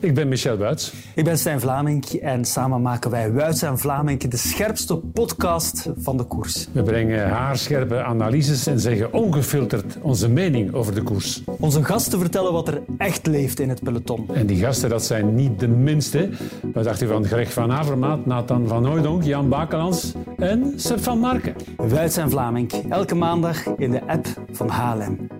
Ik ben Michel Buits. Ik ben Stijn Vlamink en samen maken wij Wuits en Vlamink de scherpste podcast van de koers. We brengen haarscherpe analyses en zeggen ongefilterd onze mening over de koers. Onze gasten vertellen wat er echt leeft in het peloton. En die gasten, dat zijn niet de minste. Wat dacht u van Greg van Avermaat, Nathan van Hooydonk, Jan Bakelans en Seb van Marken? Wuits en Vlamink, elke maandag in de app van HLM.